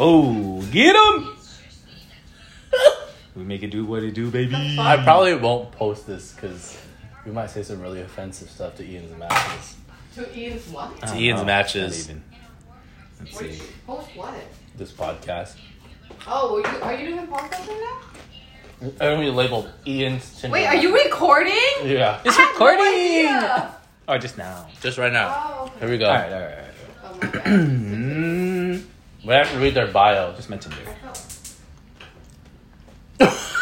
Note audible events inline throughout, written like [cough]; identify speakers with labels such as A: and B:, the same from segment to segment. A: Oh, get him! we make it do what it do, baby.
B: I probably won't post this because we might say some really offensive stuff to Ian's matches.
C: To Ian's what?
A: I don't
B: Ian's
A: know, Oh,
B: matches.
A: not even. Let's
C: Which,
A: Uh, see.
C: post what?
B: This podcast.
C: Oh, are you, are you doing podcasting now?
B: I mean, labeled Ian's. Tinder
C: Wait, are you recording?
B: Yeah.
A: It's
C: I had no
A: recording.
C: idea.
A: Oh, just now.
B: Just right now.
C: Oh,
B: Here
C: okay.
B: we go.
A: All right, all right, all right.
C: Oh, my bad.
A: Mm,
B: We have to read their [laughs] bios.
A: just my Tinder.
C: [laughs] That's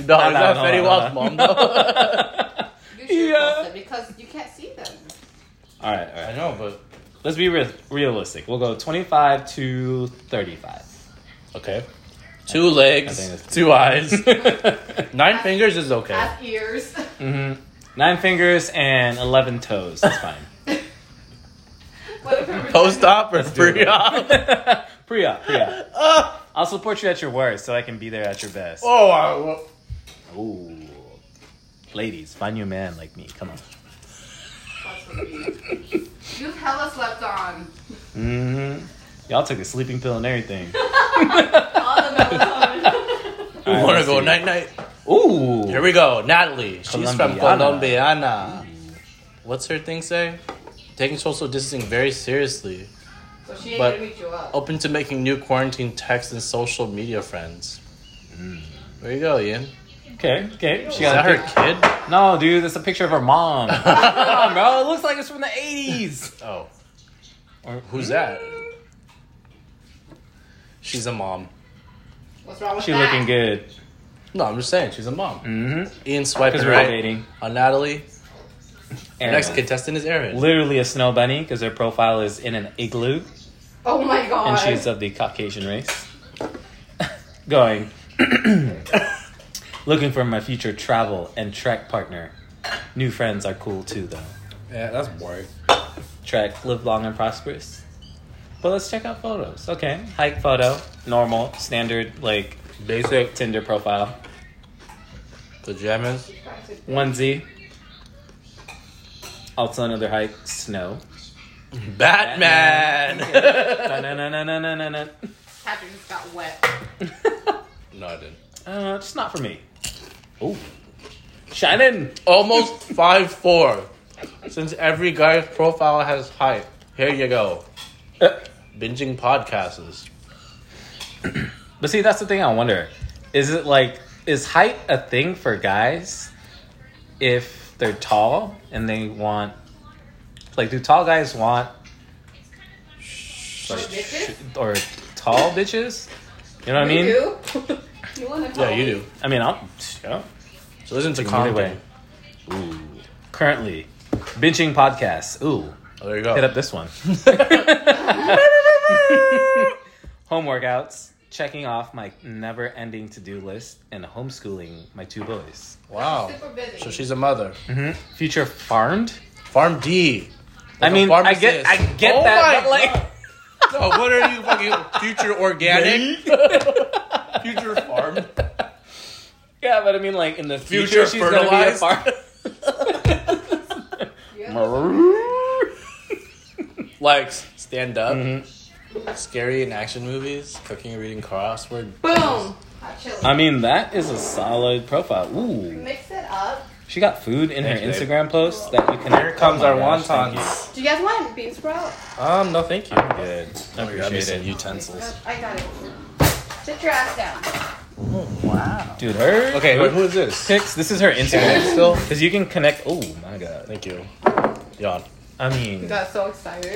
B: No, is that
A: no,
B: Fetty
A: no,
B: Wap's
A: no.
B: mom [laughs] though?
C: You should
A: [laughs] Yeah.
C: post it because you can't see them.
A: All right, all
B: I
A: right.
B: know, but
A: Let's be real- realistic. We'll go 25 to [laughs] 35.
B: okay. Two
A: I think
B: legs,
A: that's-
B: two [laughs] eyes,
A: Mm-hmm.
B: nine fingers is okay.
C: Have ears. [laughs]
A: hmm Nine fingers and 11 toes. That's fine.
C: What if it
A: [laughs]
C: was-
B: Post op or pre [laughs] op?
A: Priya, Priya.
B: oh,
A: I'll support you at your worst so I can be there at your best.
B: I, will-
A: Ooh. Ladies, find you a man like me. Come on.
C: You've hella slept on.
A: Mm-hmm. Y'all took a sleeping pill and
B: [laughs]
A: everything.
C: All the
A: [laughs]
C: melatonin.
B: we
A: All right,
B: want to
A: let's
B: go
A: see.
B: night night.
A: Ooh.
B: Here we go. Natalie. She's from
A: Colombiana.
B: Colombiana. What's her thing say? Taking social distancing very seriously.
C: so she ain't
B: But-
C: gonna meet you
A: oh,
C: up.
B: Open to making new quarantine text and social media friends. Hmm. There you go, Ian.
A: Okay, okay.
B: Is
A: She
B: that
A: got a
B: her
A: pic-
B: kid?
A: No, dude, that's a picture of her
B: [laughs]
A: mom. Come on, bro. It looks like it's from the 80s.
B: Oh,
A: Or
B: who's that? She's a mom.
C: What's wrong with
A: She
C: that?
A: looking good.
B: No, I'm just saying she's a mom.
A: Mm-hmm.
B: Ian swiping
A: Because we're all
B: right
A: dating.
B: on Natalie. The
A: Aaron.
B: next contestant is Aaron.
A: Literally a snow bunny because her profile is in an igloo
C: Oh my god.
A: and she's of the Caucasian race. [coughs] Going. [coughs] Looking for my future travel and trek partner. New friends are cool too, though.
B: Yeah, that's boring.
A: Trek, live long and prosperous. But let's check out photos. Okay, hike photo, normal, standard, like
B: Basic.
A: Tinder profile.
B: Pajamas.
A: Onesie. Also another hike, snow.
B: Batman.
A: Na-na-na-na-na-na-na.
C: Patrick just got wet.
B: [laughs] no, I didn't.
A: [laughs] Uh, just not for me. Oh, Shannon.
B: Almost five four. Since every guy's profile has height, here you go.
A: Uh,
B: Binging podcasts.
A: But see, that's the thing I wonder. Is it like is height a thing for guys if they're tall and they want like do tall guys want
C: Like, bitches?
A: or tall bitches? You know what I mean?
C: You do? [laughs] you wanna
B: Yeah,
C: talk?
B: you do.
A: I mean, I'm yeah.
B: So listen to
A: Either
B: comedy.
A: way. Ooh. Currently, binging podcasts. Ooh,
B: Oh, there you go.
A: hit up this one. [laughs] Home workouts, checking off my never-ending to-do list, and homeschooling my two boys.
B: [laughs] Wow.
C: Super busy.
B: So she's a mother.
A: Future farmed.
B: Farm D.
A: I
B: a
A: mean, I get, I
B: pharmacist.
A: get
B: Oh my
A: that, but like,
B: God. So what are you fucking future
A: [laughs]
B: organic? future farm.
A: yeah, but I mean, like in the future,
B: Future
A: she's gonna be a
B: fertilized.
A: farm.
C: You have-
B: Like stand up.
A: Mm-hmm.
B: Scary and action movies, cooking and reading crossword.
C: Boom. Hot chili.
A: I mean, that is a solid profile. Ooh,
C: Mix it up.
A: she got food in her
B: Thanks, babe.
A: Instagram post that you can.
B: Here comes
A: Oh my
B: our
A: gosh, thank
B: wontons.
C: Do you guys want bean sprout?
B: Um, no, thank you.
A: you. Good. I
B: Oh, grab me
A: appreciate
B: some
A: it.
B: utensils.
C: I got it. Sit your ass down.
B: Wow.
A: Dude, her.
B: Okay,
A: her
B: who is this?
A: pics. This is her Instagram still, because you can connect. Oh my god.
B: Thank you. Yawn.
A: I mean,
C: got so excited.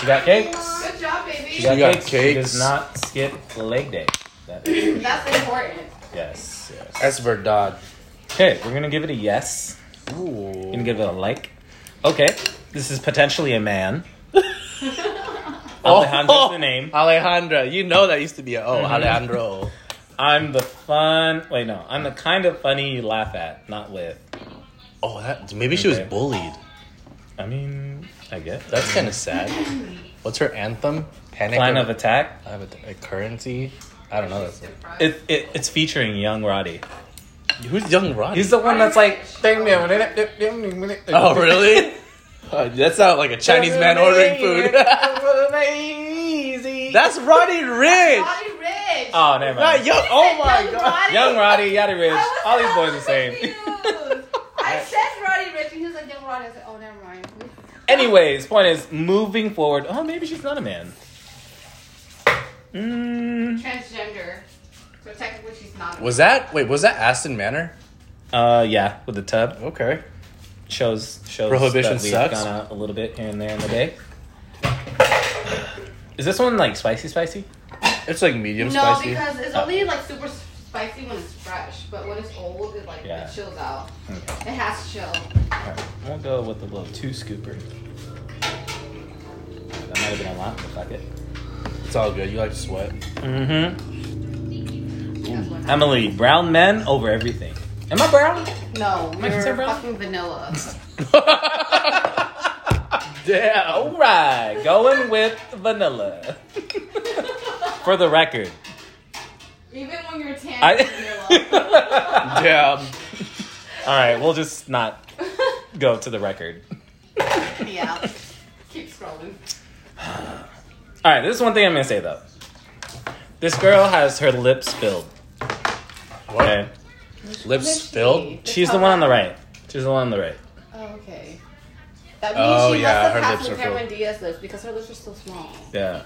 A: she got cakes.
C: Good job, baby.
A: She got,
B: You got
A: cakes. She
B: cakes.
A: does not skip leg day. That is,
C: That's important.
A: yes, yes.
B: That's Verdad.
A: Okay, we're gonna give it a yes.
B: Ooh.
A: Gonna give it a like. Okay, this is potentially a man.
B: Oh.
A: Alejandro's the name.
B: [laughs]
A: Mm-hmm.
B: Alejandra. You know that used to be a oh, Alejandro.
A: I'm the fun. Wait, no, I'm the kind of funny you laugh at, not with.
B: Oh, that maybe she was
A: Okay.
B: bullied.
A: I mean, I guess.
B: That's kind of sad. What's her anthem? Panic.
A: Plan of attack.
B: I have a, a currency. I don't know. That's,
A: It, it it's featuring young Roddy.
B: who's Young Roddy?
A: He's the one that's like. Oh
B: oh, [laughs] really? Uh, [laughs] that sounds like a Chinese man ordering food. That's Roddy Rich.
C: Roddy Rich.
A: [laughs] Oh, never
B: Not
A: mind.
B: young. Oh my
C: Young
B: god.
C: Roddy.
A: Young Roddy, Yachty Ridge,
C: I was
A: all these boys
C: so
A: are the same.
C: confused. I said Roddy Rich, and he was like, Young Roddy. I said, oh, never mind.
A: Anyways, point is, moving forward. Oh, maybe she's not a man. Mm,
C: Transgender. So technically, she's not.
B: Was that wait? Was that Aston Manor?
A: uh, yeah, with the tub
B: Okay.
A: shows shows
B: Prohibition
A: that we've
B: sucks.
A: gone out a little bit here and there in the day. Is this one like spicy, spicy?
B: It's like medium
C: no,
B: spicy.
C: because it's
A: Oh.
C: only like super spicy when it's fresh, but when it's old, it like
A: Yeah.
C: it chills out.
A: Okay.
C: It has to chill.
A: Alright, we'll go with the little two scooper. That might have been a lot, but fuck it.
B: it's all good. You like to sweat.
A: Mm-hmm.
C: That's what-
A: Emily, brown men over everything. Am I brown?
C: No,
A: I
C: you're
A: considered brown?
C: fucking vanilla. [laughs]
B: Damn.
A: Alright, going with vanilla. For the record.
C: Even when you're tan,
A: I-
C: you're vanilla.
A: [laughs]
B: Damn.
A: Alright, we'll just not go to the record.
C: yeah. Keep scrolling.
A: Alright, this is one thing I'm gonna say though. This girl has her lips filled.
B: What?
A: Okay.
C: Who's
B: Lips
C: she?
B: spilled.
C: Let's
A: She's the
C: tell
A: one on
C: that.
A: the right. She's the one on the right.
C: Oh, okay. That means
B: Oh,
C: she
B: yeah,
C: must
B: her
C: have
B: lips
C: passed
B: are
C: with Cameron Diaz lips because her lips are so small.
A: Yeah.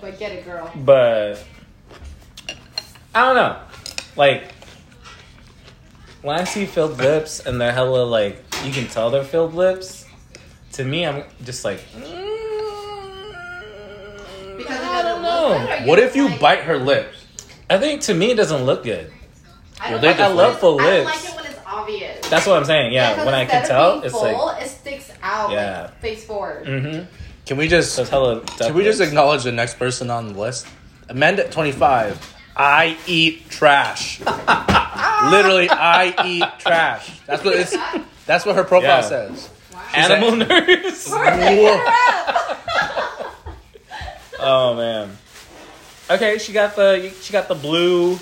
C: But get it, girl.
A: but I don't know. Like when I see filled lips and they're hella like you can tell they're filled lips. To me, I'm just like mm,
C: Because it
A: I
C: doesn't
A: don't
C: look good,
A: know.
C: or
B: What if
C: just
B: you
C: like-
B: bite her lips?
A: I think to me it doesn't look good.
C: I
B: Well,
C: don't
B: they
C: like
B: just
C: it when
B: look-
C: it's- I don't
A: lips.
C: like it when it's obvious.
A: That's what I'm saying. Yeah,
C: Because
A: when I can
C: instead of
A: tell,
C: being
A: it's
C: full,
A: like
C: it sticks out. like,
A: Yeah.
C: face forward.
A: [laughs] mm-hmm.
B: Can we just
A: So it's hella. duck
B: Can we just
A: lips.
B: acknowledge the next person on the list? Amanda at 25. I eat trash. Literally, I eat trash. That's what it's, that's what her
A: Yeah.
B: profile says.
C: Wow.
A: animal [laughs] nurse?
C: Perfect,
B: Whoa.
C: you're up.
A: Oh man. Okay, she got the she got the blue,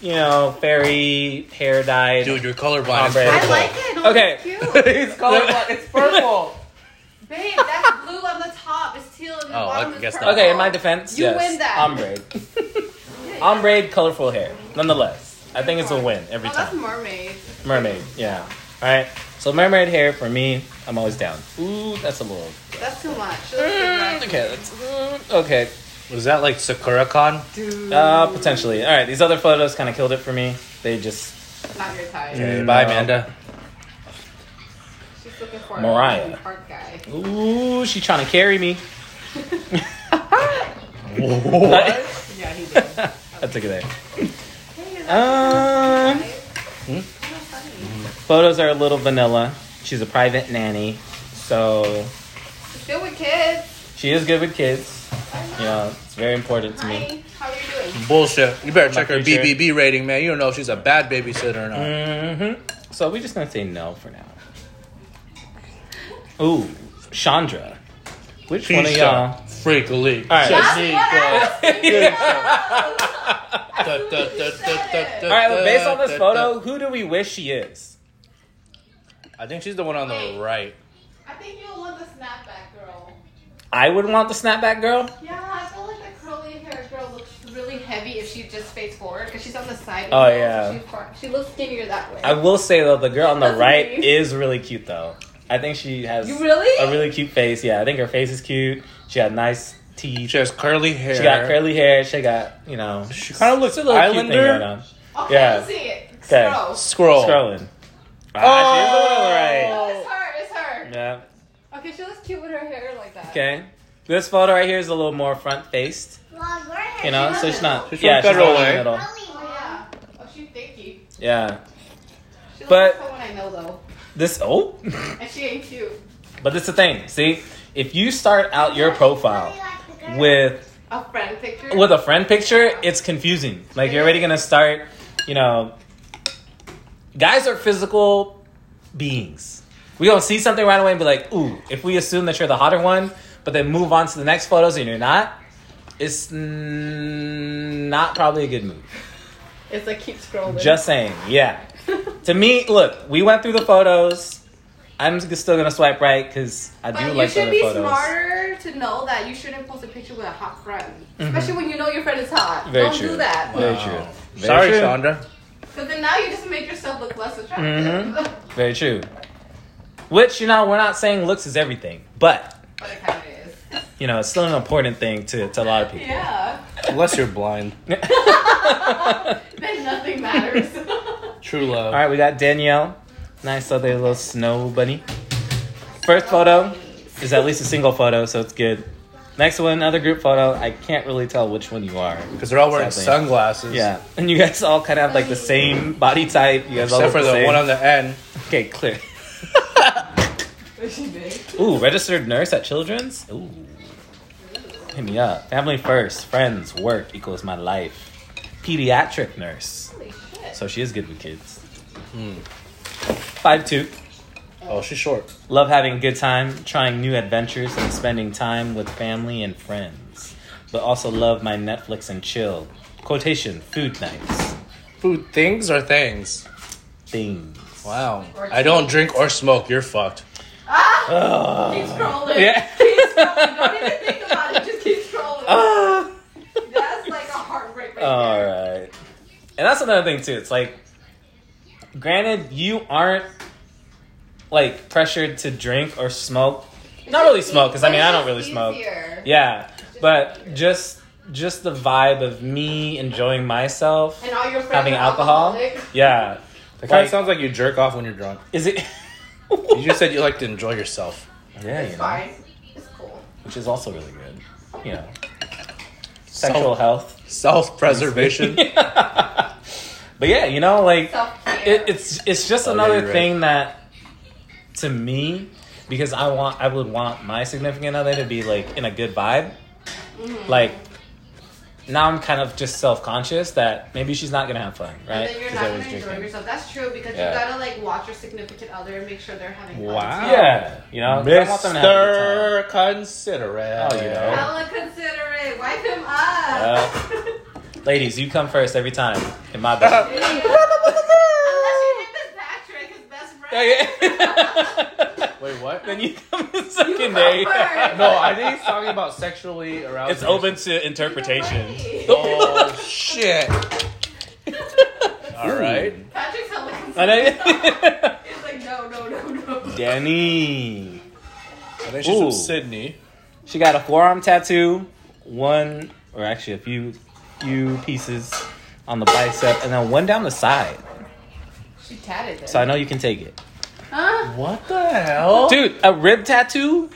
A: you know, fairy hair dyed.
B: Dude, you're colorblind.
A: Ombre.
C: I like it. Oh,
A: Okay.
C: It's
A: [laughs]
C: cute.
B: it's colorblind. It's purple.
C: Babe, that's blue on the top. It's teal and the
B: Oh, I
C: bottom. is
B: guess
C: purple.
B: not.
A: Okay, in my defense,
C: You
A: yes,
C: win that.
A: Ombre, ombre, colorful hair. Nonetheless, I think it's a win every
C: Oh, that's
A: time.
C: mermaid.
A: Mermaid, yeah. All right, so mermaid hair for me, I'm always down. Ooh, that's a little.
C: That's too much.
A: Mm, okay, that's mm, okay.
B: Was that like SakuraCon?
C: Dude,
A: Uh, potentially. All right, these other photos kind of killed it for me. They just
C: not your type.
A: Yeah.
B: Okay,
A: No.
B: bye, Amanda.
C: She's looking for
A: Mariah.
C: a park
A: [laughs]
C: guy.
A: ooh, she trying to carry me. [laughs]
B: What?
C: Yeah, he did.
A: I took it there.
C: Hey, that's
A: Um,
C: nice. Kinda funny.
A: photos are a little vanilla. She's a private nanny, so
C: Still with kids.
A: she is good with kids. You know, it's very important to me.
C: Hi, how are you doing?
B: Bullshit. You better check her
A: future.
B: BBB rating, man. You don't know if she's a bad babysitter or not.
A: hmm So we're just gonna say no for now. Ooh, Chandra. Which one of
B: She's
A: y'all?
B: a freak elite.
A: All right.
B: Just
A: That's
B: need
C: what
A: [laughs]
B: to-
C: I
B: Da, da, da, da, da, da,
A: All right, well, based on this
B: da, da.
A: photo, who do we wish she is?
B: I think she's the one on the
C: Wait.
B: right.
C: think you'll love the snapback girl.
A: I would want the snapback girl.
C: Yeah, I feel like the curly haired girl looks really heavy if she just face forward because she's on the side.
A: Oh,
C: now, so
A: yeah.
C: she's far- she looks skinnier that way.
A: I will say though, the girl on the
C: That's
A: right
C: me.
A: is really cute though. I think she has
C: You really?
A: a really cute face. Yeah, I think her face is cute. She had nice teeth.
B: She has curly hair.
A: She got curly hair. She got you know.
B: She kinda looks
A: it's a little cute
B: Islander.
A: thing going on.
C: okay,
A: yeah.
C: let's see it.
A: Okay.
C: Scroll.
B: Scroll.
A: Scrolling. Oh,
B: Oh.
C: No, it's her. It's her.
A: Yeah.
C: Okay, she looks cute with her hair like that.
A: Okay. This photo right here is a little more front faced. You know, so it's not.
B: She's from
A: yeah, she's
B: Federal
A: not in
B: Way.
A: the middle.
C: Oh, yeah. Oh, she's thinky.
A: Yeah.
C: She looks
A: But-
C: like someone I know though,
A: This. Oh. [laughs]
C: and she ain't cute.
A: but this is the thing. See, if you start out your profile with
C: A friend picture.
A: with a friend picture, it's confusing. Like you're already gonna start, you know. Guys are physical beings. We gonna see something right away and be like, "Ooh!" If we assume that you're the hotter one, but then move on to the next photos and you're not, it's mm, not probably a good move.
C: It's like keep scrolling.
A: Just saying, yeah. to me, look, we went through the photos. I'm s- still gonna swipe right because I do
C: [laughs] But you
A: like the
C: should
A: other
C: be
A: photos.
C: smarter to know that you shouldn't post a picture with a hot friend, especially when you know your friend is hot.
A: Mm-hmm. Very
C: Don't
A: true.
C: do that.
A: Very
B: Wow.
A: true. Very
B: Sorry,
A: true.
B: Chandra.
C: Because then now you just make yourself look less attractive.
A: Very true. Which you know, we're not saying looks is everything, but
C: [laughs] but it kind of is.
A: you know, it's still an important thing to, to a lot of people.
C: Yeah. [laughs]
B: Unless you're blind.
C: Then nothing matters.
B: True love.
A: All right, we got Danielle, nice other little snow bunny. First photo is at least a single photo, so it's good. Next one, another group photo. I can't really tell which one you are.
B: Because they're all wearing
A: Sadly.
B: sunglasses.
A: Yeah, and you guys all kind of have like the same body type. You guys all
B: Except
A: look
B: for
A: the,
B: the
A: same.
B: one on the end.
A: okay, clear. [laughs]
C: Is she big?
A: Ooh, registered nurse at Children's. Ooh, hit me up. Family first, friends, work equals my life. Pediatric nurse.
C: Holy shit.
A: So she is good with kids. Five two.
B: Oh, she's short.
A: Love having a good time, trying new adventures, and spending time with family and friends. But also love my Netflix and chill. Quotation, food nights,
B: Food things or things?
A: things.
B: Wow.
C: Or
B: I don't drink or smoke. You're fucked.
C: Ah!
A: Ugh.
C: Keep scrolling.
A: Oh. Yeah.
C: Keep scrolling. Don't even think about it. Just keep scrolling.
A: Ah.
C: That's like a heartbreak right
A: All
C: there.
A: right. And that's another thing too. It's like granted you aren't like pressured to drink or smoke.
C: It's
A: Not
C: just
A: really smoke cuz I
C: eas-
A: mean I don't really
C: it's
A: smoke.
C: easier.
A: Yeah. But just just the vibe of me enjoying myself
C: And all your friends
A: having
C: are
A: alcohol.
C: alcoholic.
A: Yeah.
B: It kind
A: Like-
B: of sounds like you jerk off when you're drunk.
A: Is it [laughs]
B: You just said you like to enjoy yourself.
A: Yeah,
C: It's
A: you know,
C: fine. It's cool.
A: which is also really good. You know. Sexual health.
B: Self [laughs] preservation.
A: But [laughs] yeah, you know like
C: Self care.
A: it, it's it's just
B: Oh, yeah,
A: another
B: you're right.
A: thing that to me because I want I would want my significant other to be like in a good vibe.
C: Mm-hmm.
A: Like now I'm kind of just self conscious that maybe she's not gonna have fun,
C: And
A: right?
C: then you're
A: 'Cause
C: not
A: I
C: gonna
A: was
C: enjoy
A: drinking.
C: yourself. That's true because
A: Yeah.
C: you gotta like watch your significant other and make sure they're having fun.
B: Wow.
A: Yeah, you know, 'cause I want them to have a good time.
B: Mr. Considerate.
A: Oh, you know.
C: Hella considerate. Wipe him up.
A: Ladies, you come first every time. In
C: [laughs]
A: my bed. [laughs]
C: Unless you did the back trick, his best friend.
A: [laughs]
B: Wait, what?
A: then you come in
C: You come
A: secondary.
C: first.
B: No, I think he's talking about sexually aroused.
A: It's open
C: [laughs]
A: to interpretation.
C: You're right.
B: Oh, shit. All right.
C: Patrick's hella considerate.
A: I [laughs] know.
C: He's like, no, no, no, no.
A: Danny.
B: I think she's from
A: Ooh.
B: Sydney.
A: She got a forearm tattoo, one or actually a few few pieces on the bicep, and then one down the side.
C: She tatted it.
A: So I know you can take it.
C: Huh?
B: What the hell? Dude,
A: Dude, a rib tattoo?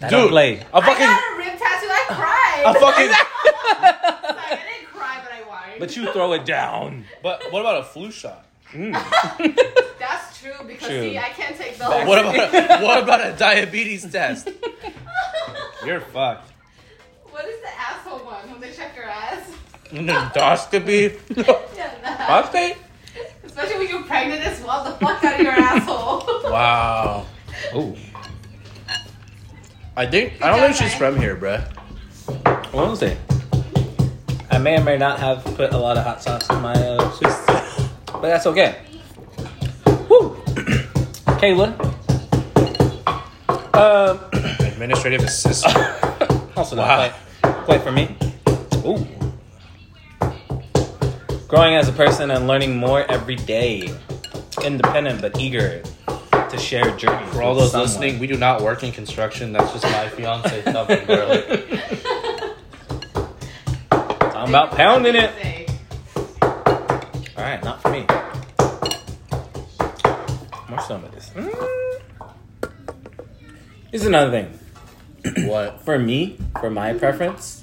A: I don't
B: Oh. Dude.
A: play.
B: a
C: I
B: fucking.
C: got a rib tattoo. I cried.
B: A fucking.
C: Like, I didn't cry, but I whined.
A: [laughs] But you throw it down. Mm.
B: But what about a flu shot? [laughs]
C: That's true because
A: True.
C: see, I can't take the whole.
B: What about a, what about a diabetes test? You're fucked.
C: [laughs] what is the asshole one when they check your ass? [laughs]
B: [laughs] Endoscopy.
C: Yeah, that.
B: Prostate.
C: Especially when you're pregnant as well, the fuck out of your asshole.
B: Wow.
A: Oh,
B: I think I don't
C: job,
B: think she's
C: guys.
B: from here, bruh.
A: what was it? I may or may not have put a lot of hot sauce in my uh, soup, but that's okay. Woo. [clears throat] Kayla. Um.
B: Administrative [laughs] assistant.
A: Also
B: Wow.
A: not quite, quite for me. Ooh. Growing as a person and learning more every day. Independent but eager to share journeys.
B: For all those listening, we do not work in construction. That's just my [laughs] fiance thumping, bro.
A: I'm [laughs] about pounding it. All right, not for me. More some of this. Mm. Here's another thing.
B: What?
A: For me, for my preference,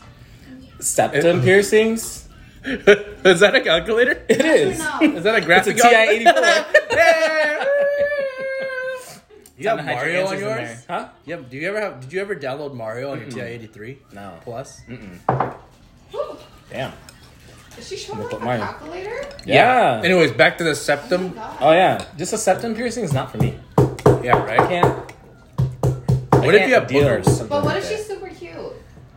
A: septum piercings.
B: [laughs] Is that a calculator?
A: It is.
B: [laughs]
A: [laughs]
B: Is that a
A: It's a
B: graphic? [laughs]
A: TI-84.
B: you have Mario on yours?
A: Huh?
B: Yeah. Do you ever have? Did you ever download Mario on your TI eighty three?
A: No.
B: Plus.
A: Damn.
C: Is she showing
A: Look
C: off
A: at
C: a
A: mine.
C: calculator?
A: Yeah.
B: Anyways, back to the
C: Oh my
B: septum.
C: God.
A: Oh yeah, just a septum piercing is not for me.
B: Yeah.
A: I
B: Right.
A: can't.
B: What if you have boogers?
C: But what if she's super cute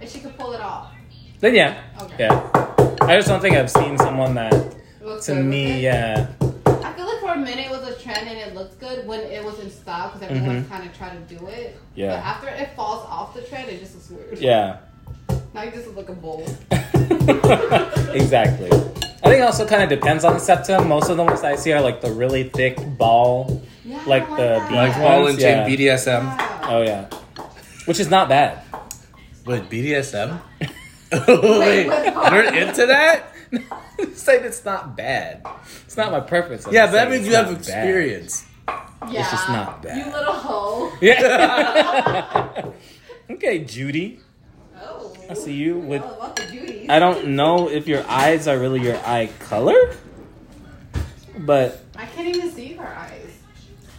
C: and she could pull it off?
A: Then yeah,
C: Okay.
A: yeah. I just don't think I've seen someone that
C: It looks
A: to
C: good with
A: me,
C: it.
A: yeah.
C: I could look for for a minute it was a trend and it looked good when it was in style because everyone's kind of trying to do it.
A: Mm-hmm. Yeah.
C: But after it falls off the trend, it just looks weird.
A: Yeah. [laughs]
C: Now you just look a bowl.
A: exactly. I think it also kind of depends on the septum. Most of the ones I see are like the really thick ball.
C: Yeah, I
A: Like the
C: that.
B: Like
A: Yeah.
B: all in
A: Yeah.
B: BDSM.
C: Yeah.
A: Oh yeah, which is not
B: [laughs]
A: bad.
B: Wait, [laughs] BDSM?
C: Wait,
B: Wait,
C: what?
B: you're into that?
A: it's like it's not bad. It's not my preference. I'm
B: Yeah,
A: just
B: but
A: saying
B: that means
A: it's
B: you have
A: not bad.
B: experience.
C: yeah.
A: Um, It's just not
C: You
A: bad.
C: little hoe.
A: [laughs] Yeah. [laughs] okay, Judy.
C: Oh.
A: I see you with.
C: All about the duties.
A: I don't know if your eyes are really your eye color, but
C: I can't even see her eyes.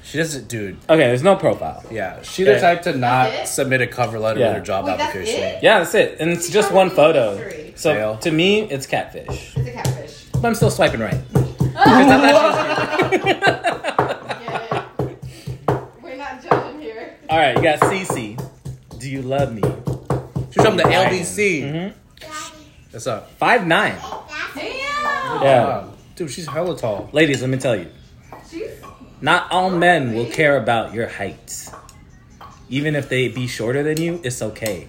B: She doesn't, dude.
A: okay. There's no profile.
B: Yeah, she
A: Okay.
B: the type to
C: That's
B: not
C: it?
B: submit a cover letter
A: Yeah.
B: with her job
C: Wait, that's
B: application.
C: it?
A: Yeah, that's it, and it's just one photo. So
B: Fail.
A: to me, it's catfish.
C: It's a catfish.
A: But I'm still swiping [laughs] right.
C: Get [laughs]
A: All
C: it? We're not judging here.
A: right, you got Cece. Do you love me?
B: She's from the
A: Ryan.
B: LBC.
A: Mhm.
B: That's up.
A: Five nine.
C: Damn.
A: Yeah.
B: Wow. Dude, she's hella tall.
A: Ladies, let me tell you,
C: She's
A: not all men will care about your height. Even if they be shorter than you, it's okay.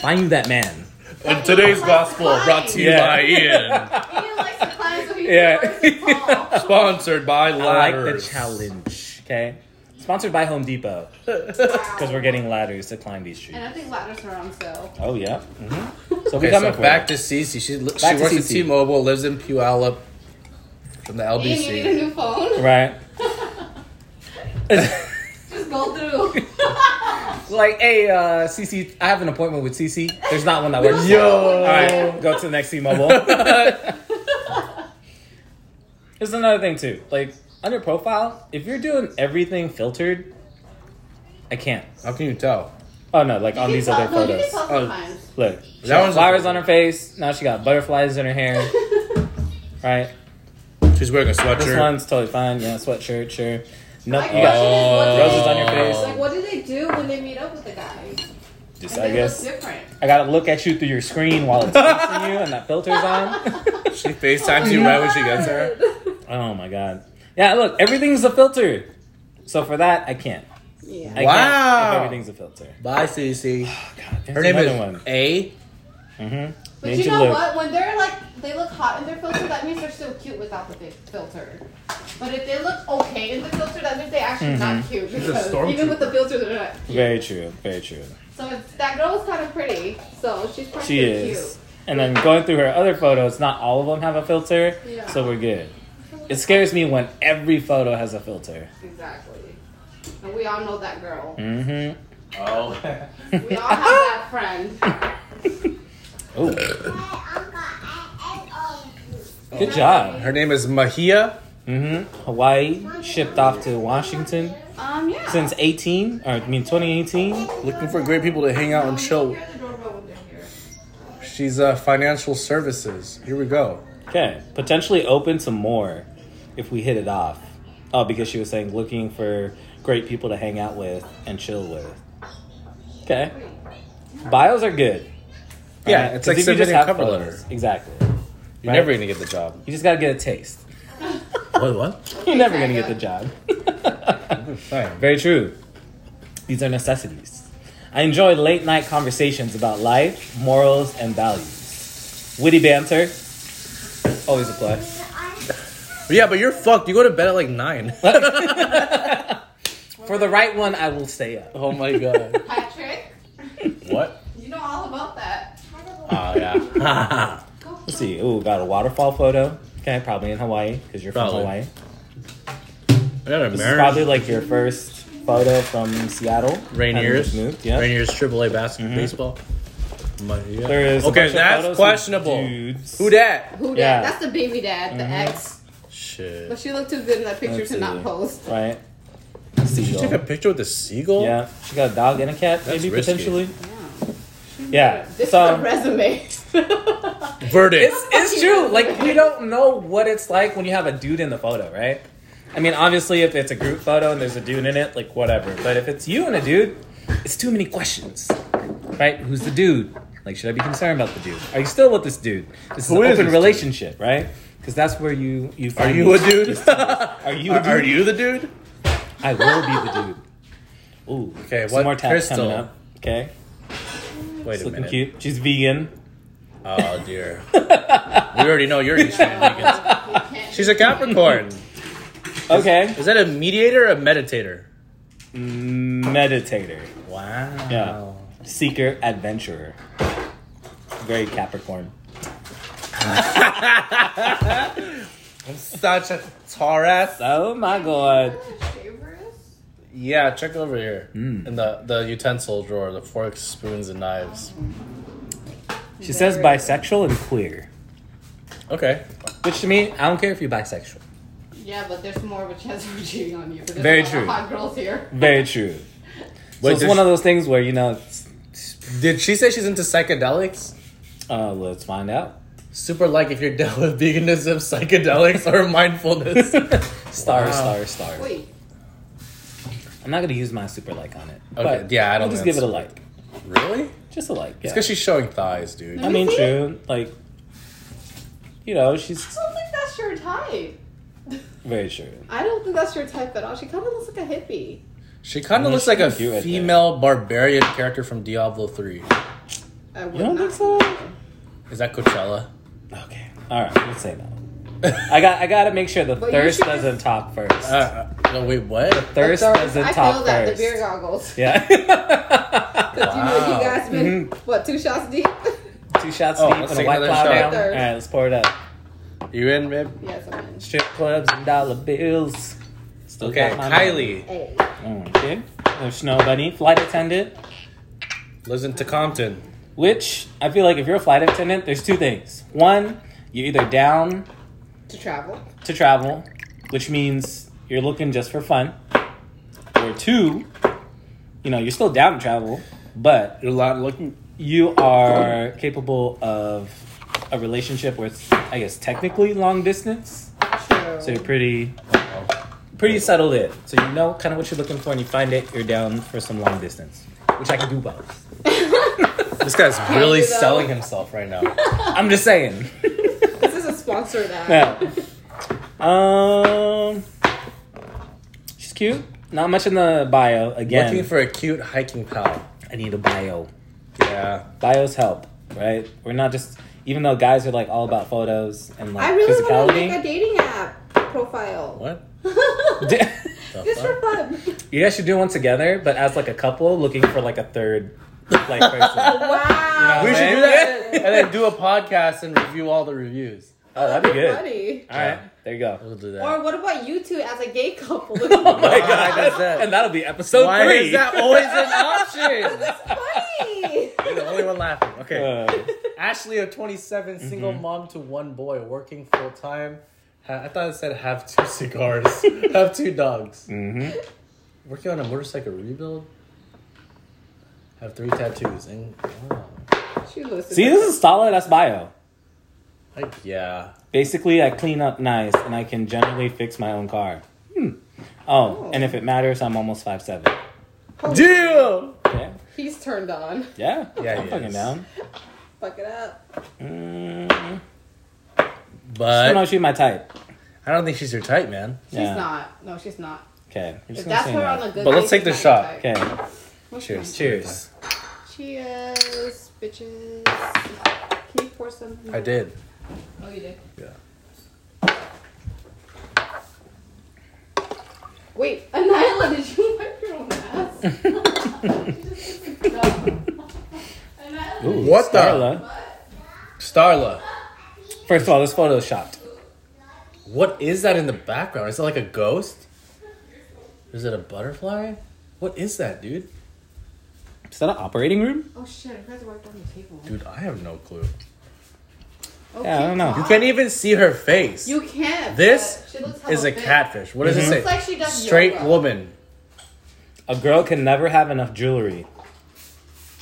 A: Find you that man.
B: And today's gospel brought to you
A: Yeah. [laughs]
B: by Ian.
C: He didn't like to climb, so he
A: Yeah.
C: yeah. tall.
B: Sponsored by
A: I
B: Ladders.
A: like the challenge. Okay. Sponsored by Home Depot because we're getting ladders to climb these trees.
C: And I think ladders are on sale.
A: Oh yeah. hmm So we
B: Okay,
A: coming
B: so
A: for
B: back
A: it.
B: to Cece. She, li-
A: Back
B: she
A: to
B: works at
A: Cece.
B: T-Mobile, lives in Puyallup, from the
C: Ian, you need a
A: [laughs]
B: LBC.
C: new phone.
A: right.
C: Just go through.
A: like, hey, uh, CC, I have an appointment with CC. There's not one that works.
C: Yo. [laughs]
A: All right, go to the next T-Mobile. [laughs] Here's another thing too. Like under profile, if you're doing everything filtered, I can't.
B: How can you tell?
A: Oh no, like
C: You
A: on
C: can
A: these
C: tell-
A: other
C: no, You
A: photos.
C: can tell
B: Oh.
C: sometimes.
A: Look, she
B: That
A: got
B: one's-
A: flowers on her face. Now she got butterflies in her hair. Right.
B: She's wearing a
A: This
B: sweatshirt.
A: one's totally fine. Yeah, sweatshirt, sure. No,
C: [laughs] Like,
A: you got
C: what
A: roses on
C: do
A: your
C: they-
A: face.
C: Like, what do they do when they meet up with the guys?
A: just,
C: And
A: I
C: they
A: guess.
C: look different.
A: I gotta look at you through your screen while it's facing you and that filter's on.
B: She FaceTimes you right when she gets there.
A: Oh my god. Yeah, look, everything's a filter. So for that, I can't. I
C: Yeah.
A: can't
B: Wow.
A: if everything's a filter. Oh,
B: Bye, Cece.
A: God,
B: Her name is
A: one.
B: A.
A: Mm-hmm.
C: But you know what? When they're like, they look hot in their filter, that means they're still cute without the big filter. But if they look okay in the filter, that means they actually not
A: Mm-hmm.
C: cute.
B: She's a
C: Because even
B: stormtrooper.
C: with the filter, they're not.
A: Very true. Very true.
C: So it's, that girl was kind of pretty. So she's pretty
A: She
C: cute.
A: is. And then going through her other photos, not all of them have a filter,
C: Yeah.
A: so we're good. It scares me when every photo has a filter.
C: Exactly. And we all know that
A: [laughs]
C: girl.
A: Mm-hmm.
B: Oh.
C: We all have that friend.
A: Oh,
D: Good
A: good job.
B: Her name is Mahia.
A: Mm-hmm. Hawaii shipped off to Washington
C: Um, yeah.
A: since 18, or I mean 2018.
B: Looking for great people to hang out and chill. with.
C: Hear the doorbell when they're here.
B: She's uh, financial services. Here we go.
A: Okay, potentially open to more if we hit it off. Oh, because she was saying looking for great people to hang out with and chill with. Okay, bios are good.
B: Yeah,
A: Right?
B: it's
A: 'Cause
B: like
A: if you just
B: submitting a
A: have
B: cover
A: photos-
B: letter.
A: Exactly.
B: You're
A: Right?
B: never gonna get the job.
A: You just gotta get a taste. [laughs]
B: Wait, what?
A: You're never gonna get the job.
B: Fine.
A: [laughs] Very true. These are necessities. I enjoy late night conversations about life, morals, and values. Witty banter, always a plus.
B: Yeah, but you're fucked. You go to bed at
A: [laughs]
B: like nine.
A: For the right one, I will stay up.
B: oh my god.
C: Patrick,
B: What?
C: you know all about that.
B: Oh [laughs] yeah.
C: Go
A: Let's see. Ooh, got a waterfall photo. Okay, probably in Hawaii because you're from
B: Probably.
A: Hawaii.
B: I got a
A: This
B: marriage.
A: is probably like your first photo from Seattle. Having
B: Rainiers.
A: just Moved. Yeah.
B: Rainiers AAA basketball baseball. Mahia.
A: There is a
B: Mm-hmm. okay,
A: bunch of photos
B: that's
A: of
B: questionable.
A: dudes.
B: Who that?
C: Who dad?
A: Yeah. Mm-hmm.
C: That's the baby dad, the ex.
B: Shit.
C: But she looked too good in that picture
A: Let's
C: to
A: see.
C: not post.
A: Right.
B: Did you
A: Seagull.
B: take a picture with a seagull?
A: Yeah, she got a dog and a cat,
B: That's
A: maybe
B: risky.
A: potentially.
C: Yeah.
A: Yeah.
C: This
A: so
C: is a resume. [laughs]
B: Verdict.
A: It's, it's true. Like we don't know what it's like when you have a dude in the photo, right? I mean, obviously, if it's a group photo and there's a dude in it, like whatever. But if it's you and a dude, it's too many questions, right? Who's the dude? Like, should I be concerned about the dude? Are you still with this dude? This is
B: Who
A: an
B: is
A: open
B: this
A: relationship, right? because that's where you you
B: Are
A: find
B: you a
A: me. [laughs]
B: dude?
A: Are you? A
B: [laughs] Are,
A: dude?
B: are you the dude?
A: I will be the dude. Ooh.
B: Okay,
A: Some
B: what
A: more tabs coming
B: crystal?
A: up. Okay.
B: Wait
A: It's
B: a
A: looking
B: minute.
A: cute. She's vegan.
B: Oh dear. [laughs] we already know you're extreme vegan. She's a Capricorn.
A: Okay.
B: Is that a mediator or a meditator?
A: Meditator.
B: Wow.
A: Yeah. Seeker, adventurer. Very Capricorn.
B: I'm such a Taurus.
A: Oh my god.
C: Shavers?
B: Yeah, check over here
A: Mm.
B: in the the utensil drawer, the forks, spoons, and knives.
A: She says
C: Very-
A: bisexual and queer.
B: Okay.
A: Which to me, I don't care if you're bisexual.
C: Yeah, but there's more which has you cheating on you. But there's
A: Very
C: a lot of
A: true.
C: Hot girls here.
A: Very true.
B: Wait,
A: so it's
B: there's-
A: one of those things where, you know, it's,
B: Did she say she's into psychedelics?
A: uh, let's find out.
B: Super like if you're [laughs] down with veganism, psychedelics, or mindfulness. okay,
A: Star,
B: Wow.
A: star, star.
C: Wait,
A: I'm not going to use my super like on it. but
B: yeah, I don't
A: I'll just
B: think
A: give it a
B: that's-
A: like.
B: [laughs] Really?
A: Just a like.
B: It's
A: yeah.
B: because she's showing thighs, dude.
A: I mean, true. Like, you know,
C: I
A: she's
C: don't think that's your type.
A: very sure.
C: I don't think that's your type at all. She kind of looks like a hippie.
B: She kind
A: I
B: of
A: mean,
B: looks
A: she
B: like a
A: can do it, though.
B: female barbarian character from Diablo 3.
C: I would
A: You don't
C: not
A: think so?
B: Is that [laughs] Coachella?
A: Okay. All right. Let's say that. I got. I got to make sure the
C: But you
A: thirst
C: should-
A: doesn't talk first.
B: Uh, no, wait, what?
A: thirst
C: I
A: doesn't
C: feel
A: talk
C: that
A: first.
C: the beer goggles. [laughs]
A: yeah. [laughs]
C: That you know
B: Wow.
C: you guys been
A: Mm-hmm.
C: what two shots deep? [laughs]
A: Two shots
B: Oh,
A: deep and
B: let's
A: a
B: take
A: white
B: another
A: cloud
B: shot.
A: down. All
C: Thirst.
A: right. Let's pour it up.
B: You in, babe?
C: yes, I'm in.
A: Strip clubs and dollar bills. Still
B: Okay,
A: got my
B: Kylie
C: Hey,
A: money. Mm, Okay. There's Snow Bunny, flight attendant.
B: lives in Compton.
A: Which I feel like if you're a flight attendant, there's two things. One, you're either down
C: to travel.
A: to travel, which means you're looking just for fun. Or two, you know, you're still down to travel, but
B: You're not looking.
A: you are capable of a relationship where it's, I guess, technically long distance.
C: True.
A: So you're pretty, pretty settled in. So you know kind of what you're looking for, and you find it. You're down for some long distance, which I can do both.
B: This guy's really
C: you though?
B: selling himself right [laughs] now.
A: I'm just saying.
B: [laughs]
C: this is a sponsor of that.
A: Yeah. Um, she's cute. Not much in the bio. Again,
B: Looking for a cute hiking pal.
A: I need a bio.
B: Yeah.
A: Bios help, right? We're not just even though guys are like all about photos and like
C: I really want to
A: physicality.
C: make a dating app [laughs] profile.
B: What?
A: [laughs]
B: The
C: Just for
B: fuck?
C: fun.
A: you guys should do one together, but as like a couple looking for like a third
C: [laughs]
A: like person.
C: Wow.
B: We should do
A: Yeah.
B: [laughs] that and then do a podcast and review all the reviews.
A: oh, that'd be good.
C: Funny.
A: All right, there you go.
B: We'll do that.
C: Or what about you two as a gay couple?
B: [laughs] my God. is that?
A: And that'll be episode
B: Why
A: three. [laughs]
B: is that always [laughs] an option?
C: Funny.
B: You're the only one laughing. Okay.
A: Uh,
B: Ashley, a 27, single mom to one boy, working full time. Ha- I thought it said have two cigars, [laughs] have two dogs.
A: mhm.
B: Working on a motorcycle rebuild. Have three tattoos. And, wow.
C: She listens.
A: See, this is solid. That's bio.
B: Like, yeah.
A: Basically, I clean up nice, and I can generally fix my own car. Hmm. Oh,
C: Oh.
A: and if it matters, I'm almost five seven.
C: Holy-
B: Deal!
A: Yeah,
C: He's turned on.
A: yeah,
B: Yeah,
A: I'm
B: he
A: fucking
B: is.
A: down.
C: Fuck it up.
A: Mm, I don't know.
B: But
A: if She's my type.
B: I don't think she's your type, man.
C: She's
A: Yeah.
C: not. No, she's not.
A: Okay, I'm
C: If
A: just gonna
C: that's
A: say
C: her
A: no.
C: on a good
B: But
C: day,
B: let's take
C: she's
B: the
C: not your
B: shot.
C: type.
A: Okay,
C: What's
B: Cheers.
C: your-
A: cheers.
C: Cheers, bitches. Can you pour some?
B: I did.
C: Oh, you did.
B: Yeah.
C: Wait, Anila, did you wipe your own ass? [laughs] Anila,
A: Ooh,
B: What the-
A: Starla.
B: Starla,
A: First of all, this photo is shopped.
B: what is that in the background? Is it like a ghost? Is it a butterfly? What is that, dude?
A: Is that an operating room?
C: Oh shit, I forgot to wipe on the table.
B: Dude, I have no clue.
C: Oh,
A: Yeah, I don't know.
B: You
C: keep
B: can't even see her face.
C: You can't.
B: This
C: but she looks
B: is a
C: hella fit.
B: catfish. What does
A: Mhm.
B: it
C: Looks
B: say?
C: like she does
B: Straight
C: yoga.
B: woman.
A: A girl can never have enough jewelry.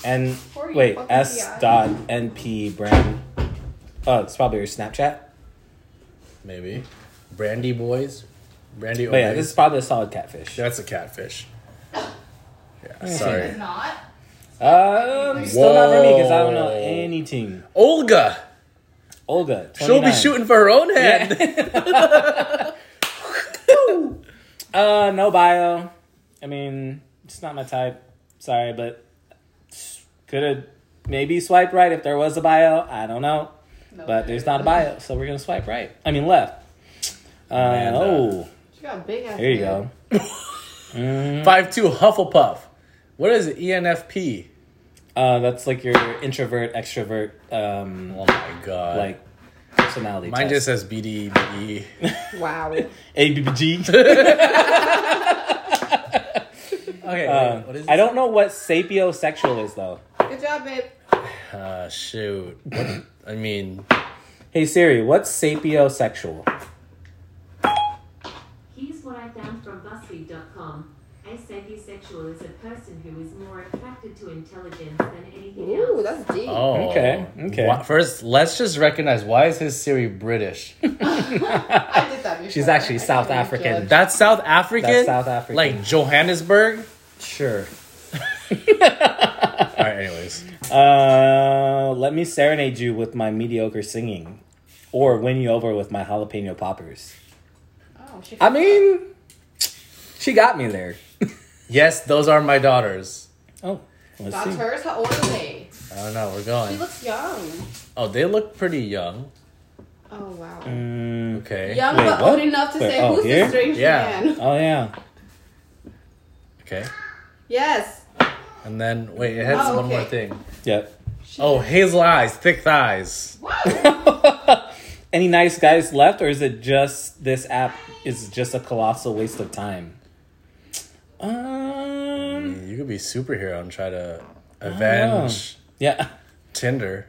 A: And
C: Or you
A: wait,
C: fucking
A: S
C: PI.
A: dot NP brand. Oh, it's probably her Snapchat.
B: Maybe. Brandy boys. Brandy
A: But yeah,
B: Omays.
A: this is probably a solid catfish.
B: That's
C: [laughs]
B: a catfish. Yeah, sorry.
C: It's not.
A: Um, still not for me because I don't know
B: Whoa.
A: anything.
B: Olga.
A: Olga.
B: She'll
A: 29.
B: be shooting for her own head.
A: Yeah. uh, no bio. I mean, it's not my type. Sorry, but could have maybe swiped right if there was a bio. I don't know,
C: No.
A: but there's not a bio, so we're gonna swipe right. I mean, left. Uh,
E: Amanda.
A: oh,
C: She got a big ass.
A: here you
C: head.
A: go.
B: Five two Hufflepuff. What is E it? ENFP?
A: Uh, that's like your introvert extrovert um,
E: Oh my
B: My God.
A: like personality.
B: Mine just
A: test.
B: says BD, BD.
A: [laughs]
C: Wow.
B: [laughs]
A: ABBG.
B: Okay,
A: Uh,
B: wait, what is
A: I don't know what sapiosexual is though.
C: Good job, babe.
B: this? Uh, shoot. What- I mean,
A: Hey Siri, what's sapiosexual?
F: Here's what I found from BuzzFeed.com. A sapiosexual is a person who is more attracted to intelligence than anything
C: Ooh,
F: else.
C: that's deep.
B: oh.
A: Okay, okay.
B: Why- first, let's just recognize why is his Siri British?
C: I did that before.
A: She's actually
C: I
A: South
C: can't
A: African.
C: judge.
B: That's South African?
A: That's South African.
B: Like Johannesburg?
A: [laughs] Sure.
B: All right, anyways.
A: Uh, let me serenade you with my mediocre singing, or win you over with my jalapeno poppers.
C: Oh, she
A: I mean, she got me there.
B: Yes, those are my daughters.
A: Oh, let's
C: That's
A: see.
C: hers. How old are they?
B: I don't know, we're
C: She
B: going.
C: looks young.
B: Oh, they look pretty young.
C: Oh wow.
A: Mm,
B: Okay.
C: Young
A: Wait,
C: but
A: what?
C: old enough to
A: Wait,
C: say
A: oh,
C: who's
A: here?
C: this strange
B: Yeah.
C: man.
A: oh yeah.
B: Okay.
C: Yes.
B: And then, wait, it has
C: Oh,
B: one more
C: okay.
B: thing.
A: Yep.
B: Oh, hazel eyes, thick thighs.
A: [laughs] Any nice guys left, or is it just this app is just a colossal waste of time? Um.
B: You could be a superhero and try to
A: Oh,
B: avenge
A: Yeah. [laughs]
B: Tinder.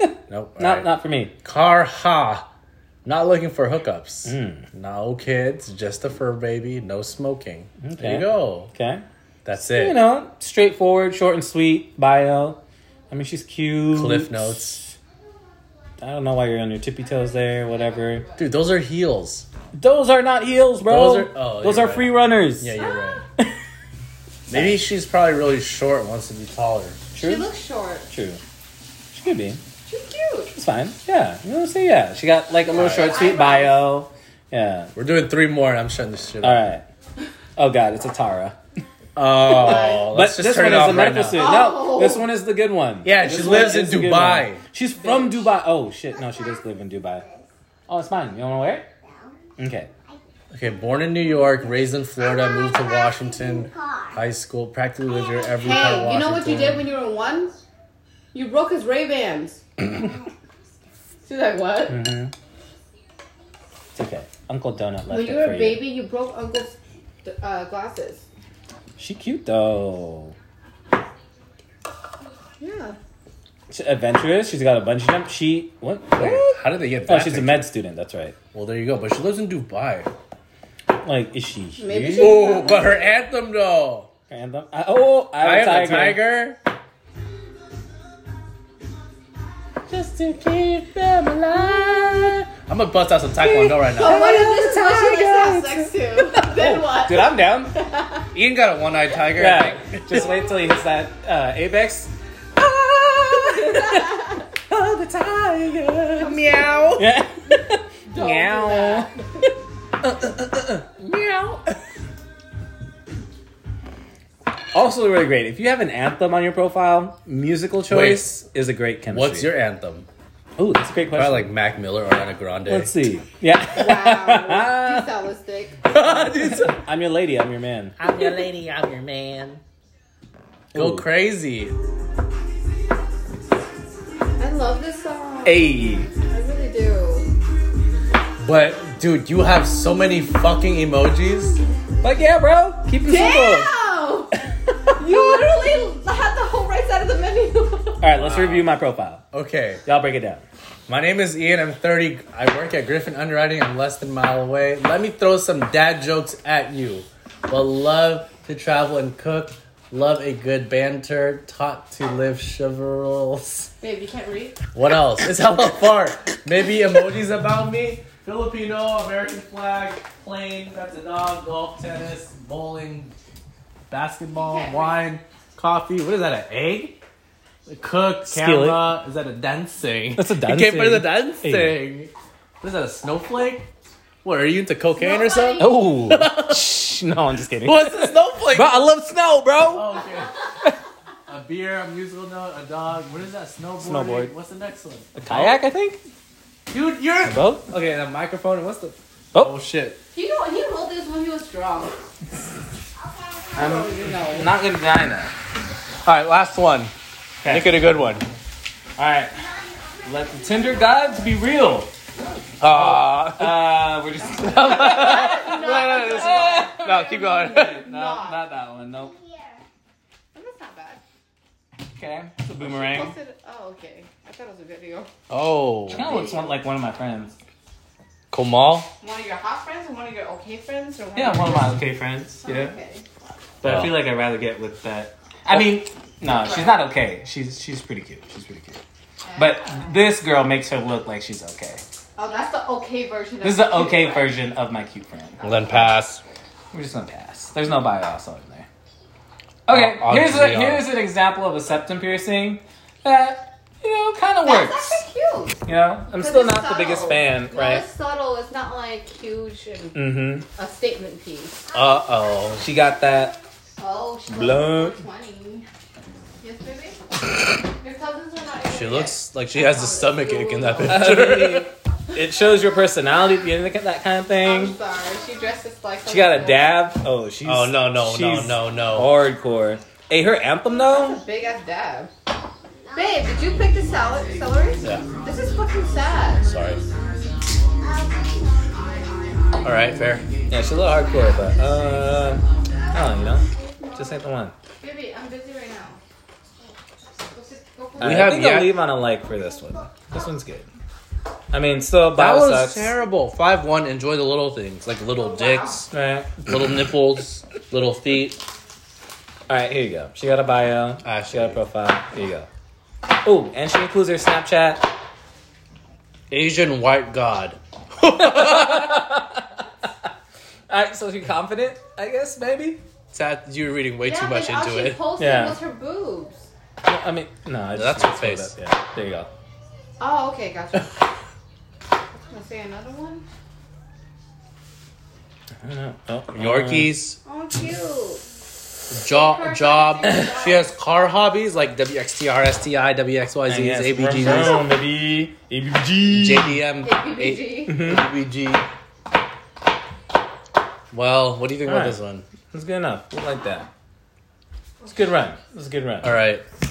B: nope. all
A: Not
B: right.
A: not for me.
B: Car ha. Not looking for hookups.
A: Hmm.
B: No kids, just a fur baby, no smoking. There
A: Okay.
B: you go.
A: Okay.
B: That's it.
A: You know, straightforward, short and sweet bio. I mean, she's cute.
B: Cliff notes.
A: I don't know why you're on your tippy toes there. Whatever.
B: Dude, those are heels.
A: Those are not heels, bro.
B: Those are- oh,
A: Those
B: you're
A: are
B: right.
A: free runners.
B: Yeah, you're right. [laughs] Maybe she's probably really short and wants to be taller.
A: True.
C: She looks short.
A: True. She could be.
C: She's cute.
A: It's fine. Yeah. You know what I'm saying? Yeah. She got like a little short, sweet bio. Yeah.
B: We're doing three more and I'm shutting this shit
A: All
B: off.
A: right. Oh God, it's a Tara.
B: Oh, let's
A: but this
B: just turn
A: one
B: it
A: is a
B: off right
A: medical
B: now.
A: student. No,
C: Oh.
A: this one is the good one.
B: Yeah,
A: This
B: she
A: one
B: lives in
A: is the good
B: Dubai.
A: one. She's from Dubai. Oh shit, no, she does live in Dubai. Oh, it's mine. You wanna wear it? Okay.
B: Okay, born in New York, raised in Florida, moved to Washington high school, practically lived here every part of
C: Hey, you know what you
B: Washington.
C: did when you were one? You broke his Ray
A: [coughs]
C: Bans. She's like, what?
A: Mm, It's okay. Uncle Donut left
C: When
A: it
C: you were
A: for
C: a baby, you broke Uncle's uh, glasses.
A: you. She cute though.
C: Yeah.
A: She's adventurous. She's got a bungee jump. She what?
B: Wait, How did they get
A: Oh,
B: that?
A: she's a
B: picture?
A: med student. That's right.
B: Well, there you go. But she lives in
A: [laughs]
B: Dubai.
A: Like, is she? here?
C: Maybe she-
B: Oh, but her anthem though.
A: Random. I, oh,
B: I
A: I,
B: am
A: am
B: a
A: tiger.
B: tiger.
A: Just to keep them alive.
B: I'm gonna bust out some Taekwondo
A: [laughs]
B: right now.
C: But Oh, what if this person gets to have sex [laughs] to? then what?
A: Dude, I'm down.
B: Ian got a one-eyed tiger. I
A: Yeah.
B: think.
A: Just wait till he hits that uh, apex.
C: [laughs]
A: Oh, the tiger.
B: [laughs] Meow.
A: Yeah.
C: Don't do that.
A: Meow. [laughs] Also, really great. If you have an anthem on your profile, musical choice is a great chemistry.
B: What's your anthem?
A: Oh, that's a great question.
B: Probably like Mac Miller or Ariana Grande.
A: Let's
B: [laughs]
A: see. Yeah. [laughs]
C: Wow. She's holistic.
A: I'm your lady. I'm your man.
G: I'm your lady, I'm your man.
B: Go crazy.
C: I love this song.
A: Hey.
C: I really do.
B: But dude, you have so many fucking emojis.
A: Like yeah, bro. Keep it simple.
C: Damn! [laughs] You literally had the whole right side of the menu. [laughs]
A: All right, let's review my profile.
B: Okay.
A: Y'all break it down.
B: My name is Ian. I'm 30. I work at Griffin Underwriting. I'm less than a mile away. Let me throw some dad jokes at you. But love to travel and cook. Love a good banter. Taught to live chivalrous.
C: Babe, you can't read.
B: What else? It's hella far. Maybe emojis about me. Filipino, American flag, plane, that's a dog, golf, tennis, bowling, basketball, wine, coffee. What is that, an egg? Cook,
A: Steal
B: camera. Is that a dancing?
A: That's a
B: [laughs] You can't play the
A: dancing.
B: dancing. What is that, a snowflake? What, are you into cocaine or something?
A: Oh, [laughs] shh, no, I'm just kidding.
B: What's a snowflake?
A: Bro, I love snow, bro.
B: Oh, okay. a beer, a musical note, a dog. What is that? Snowboard.
A: Snowboard.
B: What's the next one?
A: A kayak, I think.
B: Dude, you're.
A: A boat.
B: Okay, the microphone. and What's the?
A: Oh.
B: oh shit.
C: He know he rolled this when he was [laughs] drunk.
A: I'm not gonna deny that.
B: All right, last one. Make it a good one.
A: All right, let the Tinder gods be real.
B: Uh,
A: Uh, we're [laughs] just no,
C: No,
B: no, this is- no, keep going.
A: not that one. Nope.
C: That's not bad.
A: Okay, it's a boomerang.
C: Posted, oh, okay. I thought it was a video.
B: [laughs] Oh,
A: Kind of looks one, like one of my friends.
B: Komal.
C: One of your hot friends or one of your okay friends or one
A: Yeah,
C: of
A: one of my okay friends.
C: your-
A: Yeah,
C: Okay.
A: but I
B: Well.
A: feel like I'd rather get with that. I mean, no, she's not okay. She's she's pretty cute. She's pretty cute. But this girl makes her look like she's okay.
C: oh, that's the okay version.
A: This is
C: of
A: the okay version of my cute friend.
B: Then pass.
A: We're just gonna pass. There's no bio also in there. Okay,
B: I'll- I'll
A: here's a,
B: agree Uh, on-
A: here's an example of a septum piercing that you know kind of
C: That's
A: works.
C: actually cute.
A: You know, I'm
C: 'Cause
A: still
C: it's
A: not the
C: [laughs]
A: biggest
C: subtle.
A: fan,
C: No,
A: right?
C: It's subtle. It's not like huge and
A: Mm-hmm.
C: a statement piece.
A: Uh oh, she got that.
C: Oh, she
A: Blunt.
C: looks like 20. Yes, baby. Your cousins are not.
B: She
C: here yet.
B: looks like she has a stomach ache in that [laughs] picture.
A: it shows your personality, you know, that kind
C: I'm
A: of thing.
C: sorry. She dresses like.
A: She got a
C: little-
A: dab. Oh, she's
B: oh no no no
A: she's
B: no no.
A: hardcore. Hey, her anthem though.
C: That's a big ass dab. Babe, did you pick the salad celery?
B: Yeah.
C: This is fucking sad.
B: Sorry. All right, fair.
A: Yeah, she's a little hardcore, but uh, I don't know, you know, just ain't the one.
C: Baby, I'm busy right now. Go sit- go put-
A: Alright, I
B: have
A: think
B: yak-
A: I'll leave on a like for this one. This one's good. I mean, still
B: That
A: bio
B: was
A: sucks.
B: terrible. Five one. Enjoy the little things like little dicks,
A: Right.
B: little nipples, little feet.
A: All right, here you go. She got a bio.
B: Ah,
A: she got a profile. Here you go. Oh, and she includes her Snapchat.
B: Asian white god. [laughs]
A: All right, so she's confident, I guess, maybe.
B: Sad, you're reading way
C: yeah,
B: too much
C: and all
B: into
C: she
B: it.
C: posted
A: Yeah.
C: was her boobs.
A: No, I mean, no, I just
B: That's her
A: just pulled
B: face.
A: it up. Yeah, there you go.
C: Oh, okay,
B: [laughs]
C: gotcha. I was gonna say another one.
A: I don't know. Oh,
B: Yorkies,
C: Oh, cute.
B: job, job. she has car hobbies like WXTR, STI,
A: uh, and yes,
B: WXYZs, ABGs,
A: vroom, vroom, baby. ABG.
B: JDM,
C: ABBG.
B: Hmm? ABG. Well, what do you think about
A: Alright.
B: this one?
A: That's good enough. We like that. It's a good run. It's a good run.
B: All right,